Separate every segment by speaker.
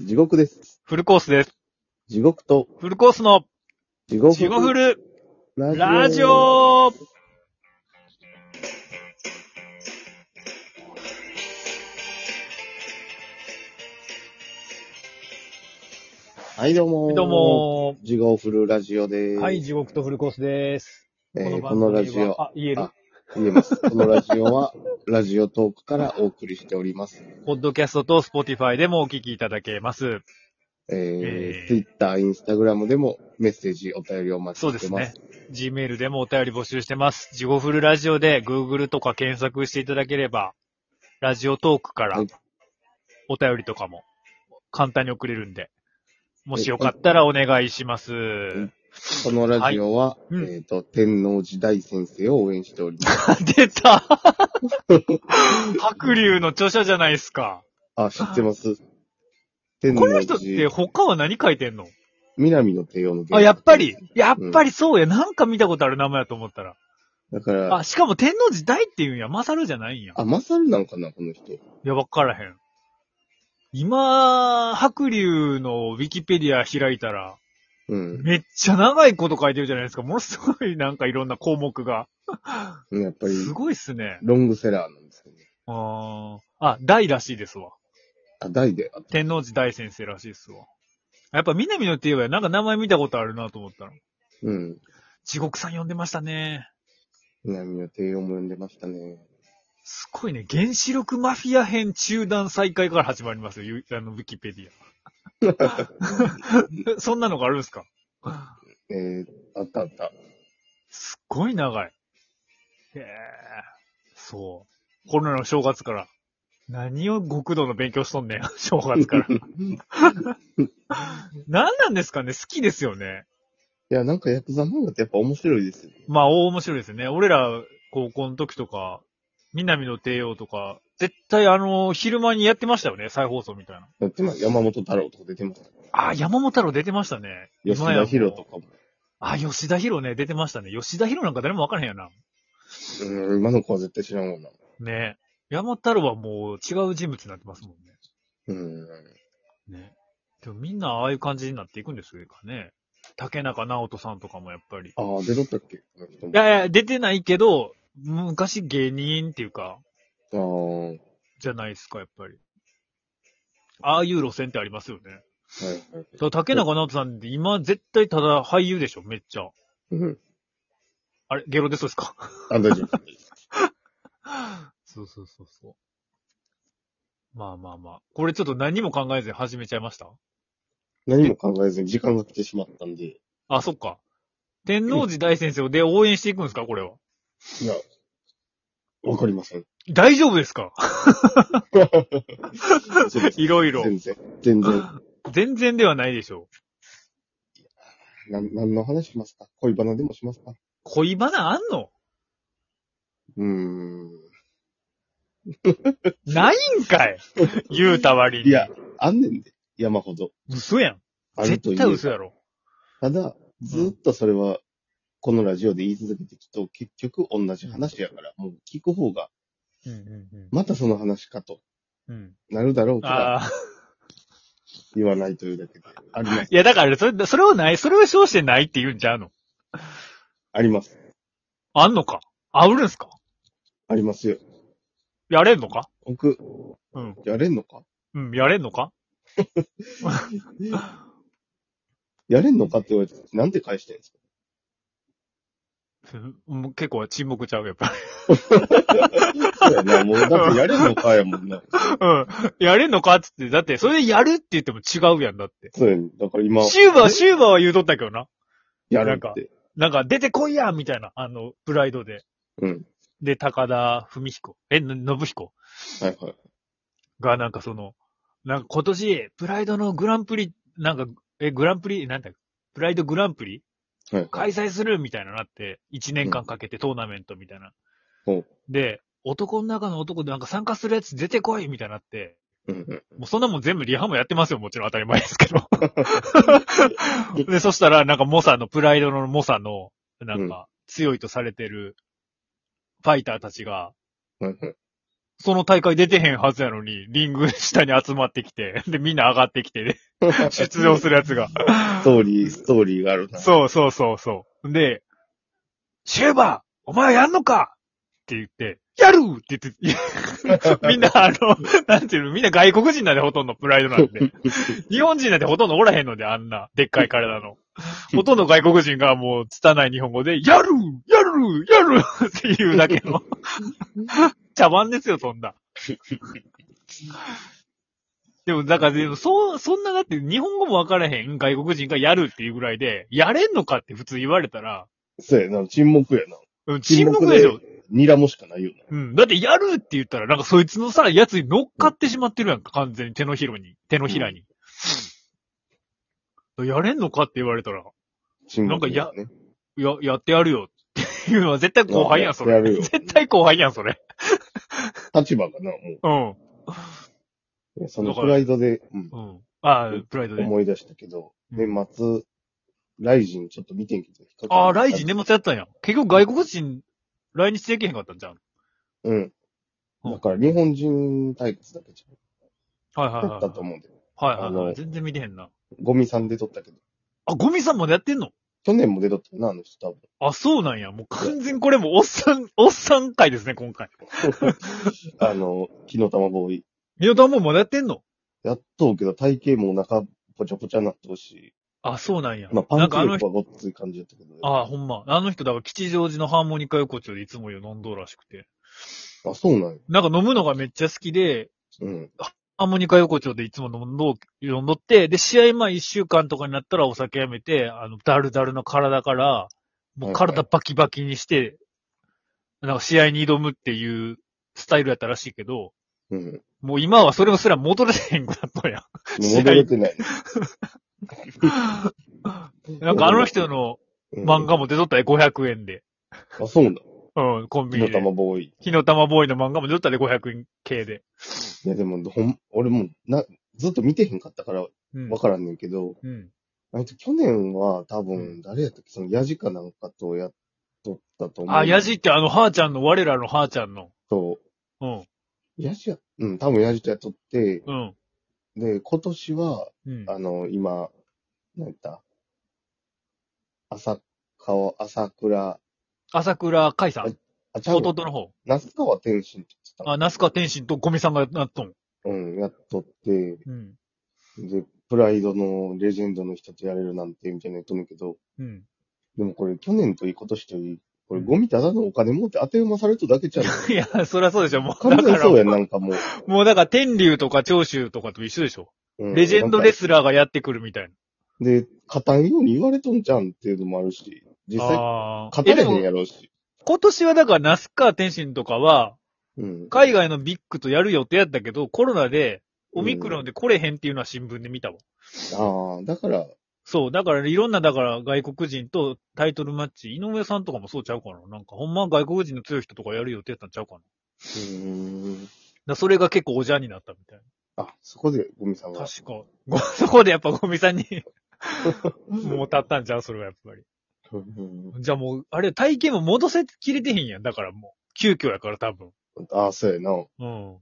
Speaker 1: 地獄です。
Speaker 2: フルコースです。
Speaker 1: 地獄と、
Speaker 2: フルコースの、
Speaker 1: 地獄
Speaker 2: ジゴフル
Speaker 1: ラ
Speaker 2: ラジオ
Speaker 1: はい、どうもー
Speaker 2: どう。も
Speaker 1: 地獄フルラジオで
Speaker 2: ー。
Speaker 1: す。
Speaker 2: はい、地獄とフルコースです。
Speaker 1: えー
Speaker 2: 番
Speaker 1: この
Speaker 2: 組は
Speaker 1: ラジオ、
Speaker 2: あ、言える
Speaker 1: あ言え ます。このラジオは、ラジオトークからお送りしております。
Speaker 2: ポッドキャストとスポティファイでもお聞きいただけます。
Speaker 1: えー、
Speaker 2: えー
Speaker 1: Twitter、Instagram でもメッセージ、お便りをお待ち
Speaker 2: そうで
Speaker 1: して
Speaker 2: す
Speaker 1: ま
Speaker 2: ね
Speaker 1: す。。
Speaker 2: Gmail でもお便り募集してます。ジゴフルラジオで Google とか検索していただければ、ラジオトークから
Speaker 1: はい
Speaker 2: お便りとかも簡単に送れるんで、もしよかったらお願いします。
Speaker 1: このラジオは、
Speaker 2: いうん
Speaker 1: えっ、と、天王寺大先生を応援しております。
Speaker 2: 出た白龍の著者じゃないですか。
Speaker 1: あ、知ってます。天
Speaker 2: こ
Speaker 1: 王
Speaker 2: の人って
Speaker 1: 寺、
Speaker 2: 他は何書いてんの
Speaker 1: 南の帝王の原作
Speaker 2: あ、やっぱり。やっぱりそうや。なんか見たことある名前やと思ったら。
Speaker 1: だから、
Speaker 2: あ、しかも天皇時代っていうんや。マサルじゃないんや。
Speaker 1: あ、マサルなんかな、この人。
Speaker 2: いや、わからへん。今、白龍のウィキペディア開いたら、
Speaker 1: うん。
Speaker 2: めっちゃ長いこと書いてるじゃないですか。ものすごいなんかいろんな項目が。
Speaker 1: やっぱり、
Speaker 2: すごいっすね。
Speaker 1: ロングセラーなんですよね。
Speaker 2: あーあ、大らしいですわ。
Speaker 1: あ、大で、あと
Speaker 2: 天皇寺大先生らしいっすわ。やっぱ南野って言えばなんか名前見たことあるなと思ったら。
Speaker 1: うん。
Speaker 2: 地獄さん呼んでましたね。
Speaker 1: 南の帝王も呼んでましたね。
Speaker 2: すごいね。原子力マフィア編中断再開から始まりますよ。ゆあの、ウィキペディア。 そんなのがあるんですか
Speaker 1: えー、あったあった。
Speaker 2: すっごい長い。へえ。そう。コロナの正月から。何を極道の勉強しとんねん。 正月から。
Speaker 1: い
Speaker 2: 何なんですかね好きですよね。
Speaker 1: や、なんかヤクザ漫画ってやっぱ面白いですよね。
Speaker 2: まあ、大面白いですね。俺ら、高校の時とか、南の帝王とか、絶対あの、昼間にやってましたよね。再放送みたいな。
Speaker 1: だってまあ山本太郎とか出てました。
Speaker 2: あー、山本太郎出てましたね。
Speaker 1: 吉
Speaker 2: 今や
Speaker 1: 田
Speaker 2: もう
Speaker 1: 博とかも。
Speaker 2: あ、吉田博ね、出てましたね。吉田博なんか誰もわからへんやな。
Speaker 1: うん、今の子は絶対知らんもんな。
Speaker 2: ね。山太郎はもう違う人物になってますもん
Speaker 1: うん。
Speaker 2: ね。ね。でもみんなああいう感じになっていくんですかね。竹中直人さんとかもやっぱり。い
Speaker 1: ああ、出とったっけこの人も。あ
Speaker 2: やいや、出てないけど、昔芸人っていうか、
Speaker 1: あー、はい
Speaker 2: じゃないですか、やっぱり。ああいう路線ってありますよね。
Speaker 1: はい。
Speaker 2: だから竹中直人さんって今絶対ただ俳優でしょ、めっちゃ。
Speaker 1: うん。
Speaker 2: あれ、ゲロ出そうですか
Speaker 1: あ、大丈 夫。
Speaker 2: そうそうそうそう。まあまあまあ。これちょっと何も考えずに始めちゃいました
Speaker 1: 何も考えずに時間が来てしまったんで。
Speaker 2: あ、そっか。天王寺大先生で応援していくんですかこれは。
Speaker 1: いや、わかりません。
Speaker 2: 大丈夫ですかいろいろ。
Speaker 1: 全然。全然。
Speaker 2: 全然ではないでしょう。
Speaker 1: なん、何の話しますか恋バナでもしますか
Speaker 2: 恋バナあんの
Speaker 1: うーん。
Speaker 2: ないん かい言うた割に。
Speaker 1: いや、、あんねんで。山ほど。
Speaker 2: 嘘やん。
Speaker 1: あると
Speaker 2: 絶
Speaker 1: 言
Speaker 2: 対
Speaker 1: う。
Speaker 2: 嘘やろ。
Speaker 1: ただ、ずっとそれは、このラジオで言い続けてきと、結局同じ話やから、もう聞く方が、
Speaker 2: うんうん
Speaker 1: またその話かと、
Speaker 2: うん。うん。
Speaker 1: なるだろうから、
Speaker 2: ああ。
Speaker 1: 言わないというだけで。あります。
Speaker 2: いや、だから、それ、それをない、それを称してないって言うんちゃうの
Speaker 1: あります。
Speaker 2: あんのかあうるんすか
Speaker 1: ありますよ。
Speaker 2: やれんのか
Speaker 1: 僕、
Speaker 2: うん。
Speaker 1: やれんのか
Speaker 2: うん、やれんのか
Speaker 1: やれんのかって言われて、なんて返してんですか
Speaker 2: うん結構沈黙ちゃう、やっぱり。
Speaker 1: そうやな、もう、だってやれんのかやもん な。
Speaker 2: うん。やれんのかっつって、だって、それでやるって言っても違うやんだって。
Speaker 1: そうやね。だから今、
Speaker 2: シューバー、シューバーは言うとったけどな。
Speaker 1: やる
Speaker 2: なんか
Speaker 1: って。
Speaker 2: なんか、出てこいやみたいな、あの、プライドで。
Speaker 1: うん。
Speaker 2: で、高田文彦。え、の信彦
Speaker 1: はいはい。
Speaker 2: が、なんかその、なんか今年、プライドのグランプリ、なんか、え、グランプリ、なんだプライドグランプリ
Speaker 1: はいはい。
Speaker 2: 開催するみたいななって、1年間かけてトーナメントみたいな。
Speaker 1: ほう
Speaker 2: で、男の中の男でなんか参加するやつ出てこいみたいなって、
Speaker 1: うんうん。
Speaker 2: もうそんなもん全部リハもやってますよ、もちろん当たり前ですけど。 で、そしたら、なんかモサの、プライドのモサの、なんか、強いとされてる、ファイターたちが、
Speaker 1: はいはい。
Speaker 2: その大会出てへんはずやのに、リング下に集まってきて、で、みんな上がってき て、で、出場するやつが。
Speaker 1: ストーリー、ストーリーがあるな。
Speaker 2: そうそうそうそう。で、シェーバーお前やんのかって言って、やるって言って、 みんなあの、なんていうの、みんな外国人なんでほとんどプライドなん で。日本人なんてほとんどおらへんので、あんな、でっかい体の。ほとんど外国人がもう、拙い日本語で、やるやるやる っていうだけの。 茶番ですよ、そんな。でも、だからでも、そう、そんなだって、日本語もわからへん外国人がやるっていうぐらいで、やれんのかって普通言われたら、
Speaker 1: そうやな、沈黙やな。
Speaker 2: うん沈黙でしょ。
Speaker 1: 睨もしかないよな。
Speaker 2: うん。だって、やるって言ったら、なんかそいつのさ、やつに乗っかってしまってるやんか、完全に手のひらに、手のひらに。やれんのかって言われたら、
Speaker 1: 沈
Speaker 2: なんか
Speaker 1: 黙
Speaker 2: や
Speaker 1: や、
Speaker 2: や、やってやるよっていうのは絶対後輩やん、そ
Speaker 1: や
Speaker 2: れ。
Speaker 1: るよ。
Speaker 2: 絶対後輩やん、それ。
Speaker 1: 立場がな、も
Speaker 2: うん。
Speaker 1: う。そのプライドで、うん
Speaker 2: うん。ああ、プライドで。
Speaker 1: 思い出したけど、
Speaker 2: う
Speaker 1: 年末、ライジンちょっと見てんけど。
Speaker 2: ああ、ライジン
Speaker 1: も
Speaker 2: 年末やったんや。結局外国人、来日できへんかったんじゃん。
Speaker 1: うん。
Speaker 2: うん
Speaker 1: だから日本人対決だけち
Speaker 2: はいは
Speaker 1: ゃ
Speaker 2: いは
Speaker 1: だ
Speaker 2: い。
Speaker 1: ったと思うんで。
Speaker 2: はいはいは
Speaker 1: あ
Speaker 2: い。
Speaker 1: の
Speaker 2: 全然見てへんな。
Speaker 1: ゴミさんで撮ったけど。
Speaker 2: あ、ゴミさんまでやってんの
Speaker 1: 去年も出とったよな、あの人多分。
Speaker 2: あ、そうなんや。もう完全にこれもうおっさん、おっさん会ですね、今回。
Speaker 1: あの、木の玉ボーイ。
Speaker 2: ミノタンもまだやってんの
Speaker 1: やっとうけど体型もお腹ぽちゃぽちゃになってほしい。
Speaker 2: あ、そうなんや。
Speaker 1: まあ、
Speaker 2: な
Speaker 1: パン
Speaker 2: ん
Speaker 1: チ力
Speaker 2: かあの人、
Speaker 1: はごっつい感じだったけどね、
Speaker 2: ああ、ほんま。あの人、だから吉祥寺のハーモニカ横丁でいつもよ、飲んどうらしくて。
Speaker 1: あ、そうなんや。
Speaker 2: なんか飲むのがめっちゃ好きで、
Speaker 1: うん。
Speaker 2: ハーモニカ横丁でいつも飲んど、飲んどって、で、試合前一週間とかになったらお酒やめて、あの、だるだるの体から、もう体バキバキにして、なんか試合に挑むっていうスタイルやったらしいけど、
Speaker 1: うん。も
Speaker 2: もう今はそれもすら戻れへんくなったんや。
Speaker 1: う戻れてない。
Speaker 2: なんかあの人の
Speaker 1: うん
Speaker 2: 漫画も出とったで500円で。
Speaker 1: あ、そうなんだ。
Speaker 2: うん、コン
Speaker 1: 木
Speaker 2: ビニ
Speaker 1: の
Speaker 2: で。
Speaker 1: 玉ボーイ。
Speaker 2: 火の玉ボーイの漫画も出とったで500円系で。
Speaker 1: いや、でも、ほん、俺もう、な、ずっと見てへんかったから、
Speaker 2: うん
Speaker 1: わ。からんねんけど、
Speaker 2: うん。
Speaker 1: あいつ去年は多
Speaker 2: う
Speaker 1: 分、誰やったっけ、その、ヤジかなんかとやっとったと思う。
Speaker 2: あ、ヤジってあの、はーちゃんの、我らのはーちゃんの。
Speaker 1: と、
Speaker 2: うん、
Speaker 1: ヤジや、うん、多分ヤジとやっとって、
Speaker 2: うん、
Speaker 1: で、今年は、
Speaker 2: うん。
Speaker 1: あの、今、なんやった浅川、朝倉、
Speaker 2: 朝倉海さん。
Speaker 1: あ、ちゃうわ
Speaker 2: 弟の方。
Speaker 1: 那須川天心って言って
Speaker 2: あ、那須川天心とゴミさんがなっとん。
Speaker 1: た。うん、やっとって、
Speaker 2: うん。
Speaker 1: で、プライドのレジェンドの人とやれるなんて、みたいなの言っとんねんけど、
Speaker 2: うん。
Speaker 1: でもこれ、去年といい、今年といい、これ、
Speaker 2: うん
Speaker 1: ゴミただのお金持って当て馬されとだけちゃう。
Speaker 2: いや、そりゃそうでしょ。もう、
Speaker 1: 完
Speaker 2: だ
Speaker 1: 全
Speaker 2: か
Speaker 1: にそうやん、
Speaker 2: ら、
Speaker 1: なんかもう。
Speaker 2: もうだから天竜とか長州とかと一緒でしょ。
Speaker 1: うん
Speaker 2: レジェンドレスラーがやってくるみたい
Speaker 1: で、勝たんように言われとんじゃんっていうのもあるし、実
Speaker 2: な。
Speaker 1: 際、
Speaker 2: ああ。
Speaker 1: 勝たれ
Speaker 2: えで
Speaker 1: へん
Speaker 2: も
Speaker 1: やろうし。
Speaker 2: 今年はだから、那須川天心とかは、
Speaker 1: うん。
Speaker 2: 海外のビッグとやる予定やったけど、コロナで、オミクロンで来れへんっていうのは新聞で見たわ。
Speaker 1: ああ、だから、
Speaker 2: そう、だからいろんな、だから外国人とタイトルマッチ、井上さんとかもそうちゃうかな。なんかほんまは外国人の強い人とかやる予定やったんちゃうかな。だか
Speaker 1: うん。
Speaker 2: らそれが結構おじゃんになったみたい
Speaker 1: あ、そこでゴミさん
Speaker 2: な。
Speaker 1: が。
Speaker 2: 確か。 ごそこでやっぱゴミさんに、もう立ったんちゃうそれはやっぱり。
Speaker 1: うん
Speaker 2: じゃあもう、あれ体験も戻せきれてへんやん。だからもう、急遽やから多分。
Speaker 1: ああ、そうやな。
Speaker 2: うん。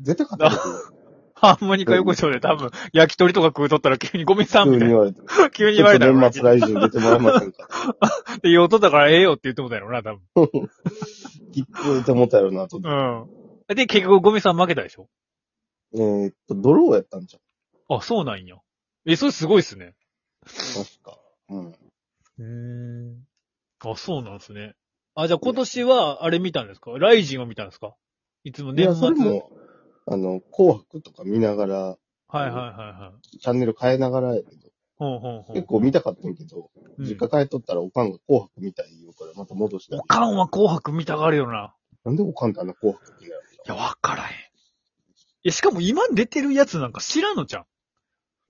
Speaker 1: 絶対勝たれへんよ。
Speaker 2: ハーモニカ横丁で多分、焼き鳥とか食うとったら急にゴミさん
Speaker 1: 急
Speaker 2: み
Speaker 1: に
Speaker 2: たい
Speaker 1: 言
Speaker 2: な。
Speaker 1: われて。ち
Speaker 2: 急に言わ
Speaker 1: ょっ
Speaker 2: れた
Speaker 1: と
Speaker 2: ら。
Speaker 1: 年末来週出てもらえません か。
Speaker 2: って言おうとったからええよって言ってもたやろな、多
Speaker 1: きっと出てもたやろなと。
Speaker 2: 分。うん。で、結局ゴミさん負けたでしょ
Speaker 1: えーっと、ドローやったんじ
Speaker 2: あ、そうなんや。え、それすごいっすね。
Speaker 1: ゃん。確か。うん。
Speaker 2: うん。あ、そうなんですね。あ、じゃあ今年は、あれ見たんですかライジンを見たんですかいつも
Speaker 1: い
Speaker 2: 年
Speaker 1: や、
Speaker 2: 末。
Speaker 1: それ
Speaker 2: はい
Speaker 1: も、あの、紅白とか見ながら、
Speaker 2: はいはいはい。
Speaker 1: チャンネル変えながらやけど、
Speaker 2: ほうほうほう。
Speaker 1: 結構見たかったんやけど、
Speaker 2: うん
Speaker 1: 実家帰っとったらおかんが紅白みたい言うから、また戻したり
Speaker 2: おかんは紅白見たがるよな。
Speaker 1: なんでおかんってあんな紅白ってや
Speaker 2: いや、わからへん。いや、しかも今出てるやつなんか知らんのじゃん。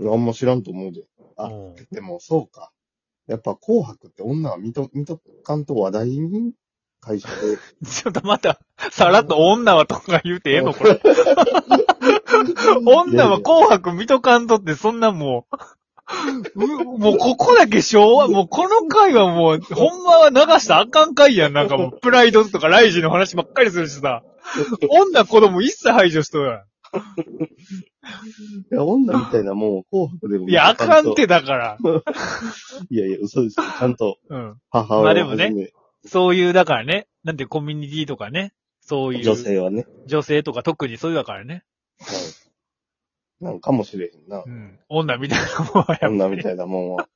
Speaker 1: るのあんま知らんと思うで。あ
Speaker 2: うん
Speaker 1: でも、そうか。やっぱ紅白って女は見と、見とかんと話題に会社で。
Speaker 2: ちょっとまた、さらっと女はとか言うてええの これ。女は紅白見とかんとって、そんなもうもうここだけ昭和、もうこの回はもう、ほんまは流したらあかん回やん。なんかもう、プライドとかライジの話ばっかりするしさ。女子供一切排除しとるや
Speaker 1: いや、女みたいなもんを紅白でも。
Speaker 2: ん。いや、あかんっ
Speaker 1: ち
Speaker 2: てだから。
Speaker 1: ゃんと。いやいや、嘘ですよ。ちゃんと
Speaker 2: うん。
Speaker 1: 母
Speaker 2: まあ
Speaker 1: 親
Speaker 2: で
Speaker 1: を
Speaker 2: も
Speaker 1: は
Speaker 2: ね
Speaker 1: じめ、
Speaker 2: そういう、だからね。なんてコミュニティとかね。そういう。
Speaker 1: 女。性はね。
Speaker 2: 女性とか特にそういうだからね。
Speaker 1: はい。なんかもしれへんな
Speaker 2: う。ん。女みたいなもんはやっ
Speaker 1: 女
Speaker 2: ぱ
Speaker 1: み
Speaker 2: り。
Speaker 1: たいなもん は、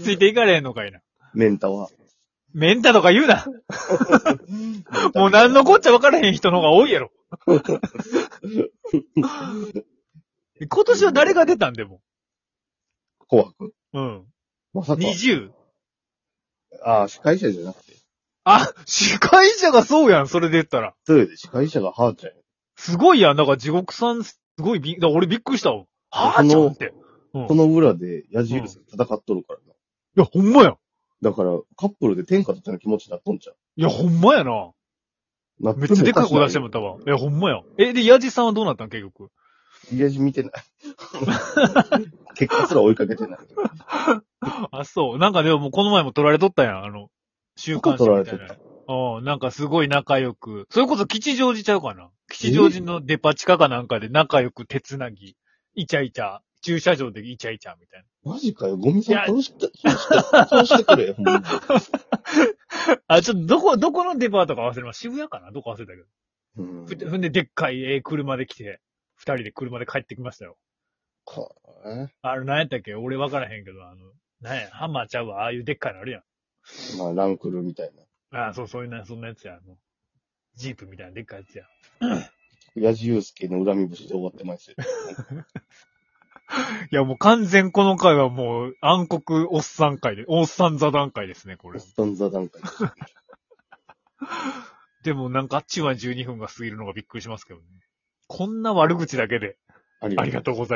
Speaker 2: ついていかれへんのかいな。
Speaker 1: メンタは。
Speaker 2: メンタとか言うな。もう何のこっちゃ分からへん人の方が多いやろ。今年は誰が出たんでも。
Speaker 1: 紅白
Speaker 2: うん。
Speaker 1: まさか。
Speaker 2: 20。
Speaker 1: ああ、司会者じゃなくて。
Speaker 2: あ、司会者がそうやん、それで言ったら。
Speaker 1: それで司会者がはーちゃんや。
Speaker 2: すごいやん、なんか地獄さん、すごいび、だから俺びっくりしたわ。はぁちゃんって。うん
Speaker 1: この裏で矢印さん戦っとるからな。
Speaker 2: いや、ほんまやん。
Speaker 1: だから、カップルで天下とったような気持ちになっとんちゃ
Speaker 2: いや、ほんまやな。
Speaker 1: う。な
Speaker 2: めっちゃでかい声出しても
Speaker 1: も
Speaker 2: らったわ。いや、ほんまやん。え、で、ヤジさんはどうなったん結局。
Speaker 1: いや、見 てない。結果すら追いかけてない。
Speaker 2: あ、そう。なんかでももうこの前も撮られとったやん、あの、週刊誌みたい
Speaker 1: どこ撮られ
Speaker 2: な。うん、なんかすごい仲良く。それこそ吉祥寺ちゃうかな。吉祥寺のデパ地下かなんかで仲良く手つなぎ、イチャイチャ、駐車場でイチャイチャみたい
Speaker 1: マジかよ、ゴミ
Speaker 2: い
Speaker 1: さ
Speaker 2: や
Speaker 1: ん殺して、殺して、殺してくれよ、ほん まに。
Speaker 2: な。あ、ちょっとどこ、どこのデパートか忘れました。渋谷かなどこ忘れたけど。
Speaker 1: うん
Speaker 2: ふふんで、でっかい、えー車で来て、二人で車で帰ってきましたよ。
Speaker 1: これ
Speaker 2: あれ、なんやったっけ俺分からへんけど、あの、なんや、ハンマーちゃうわ、ああいうでっかいのあるやん。
Speaker 1: まあ、ランクルみたいな。
Speaker 2: ああ、そう、そういうな、そんなやつや。あのジープみたいなでっかいやつや。
Speaker 1: 矢じゆうすけの恨み節で終わってますよ。
Speaker 2: いや、もう完全この回はもう暗黒おっさん会で、おっさん座談会ですね、こ
Speaker 1: おっ
Speaker 2: れ。
Speaker 1: さん座談会。
Speaker 2: でもなんかあっちは12分が過ぎるのがびっくりしますけどね。こんな悪口だけで、
Speaker 1: あり
Speaker 2: ありがとうございます。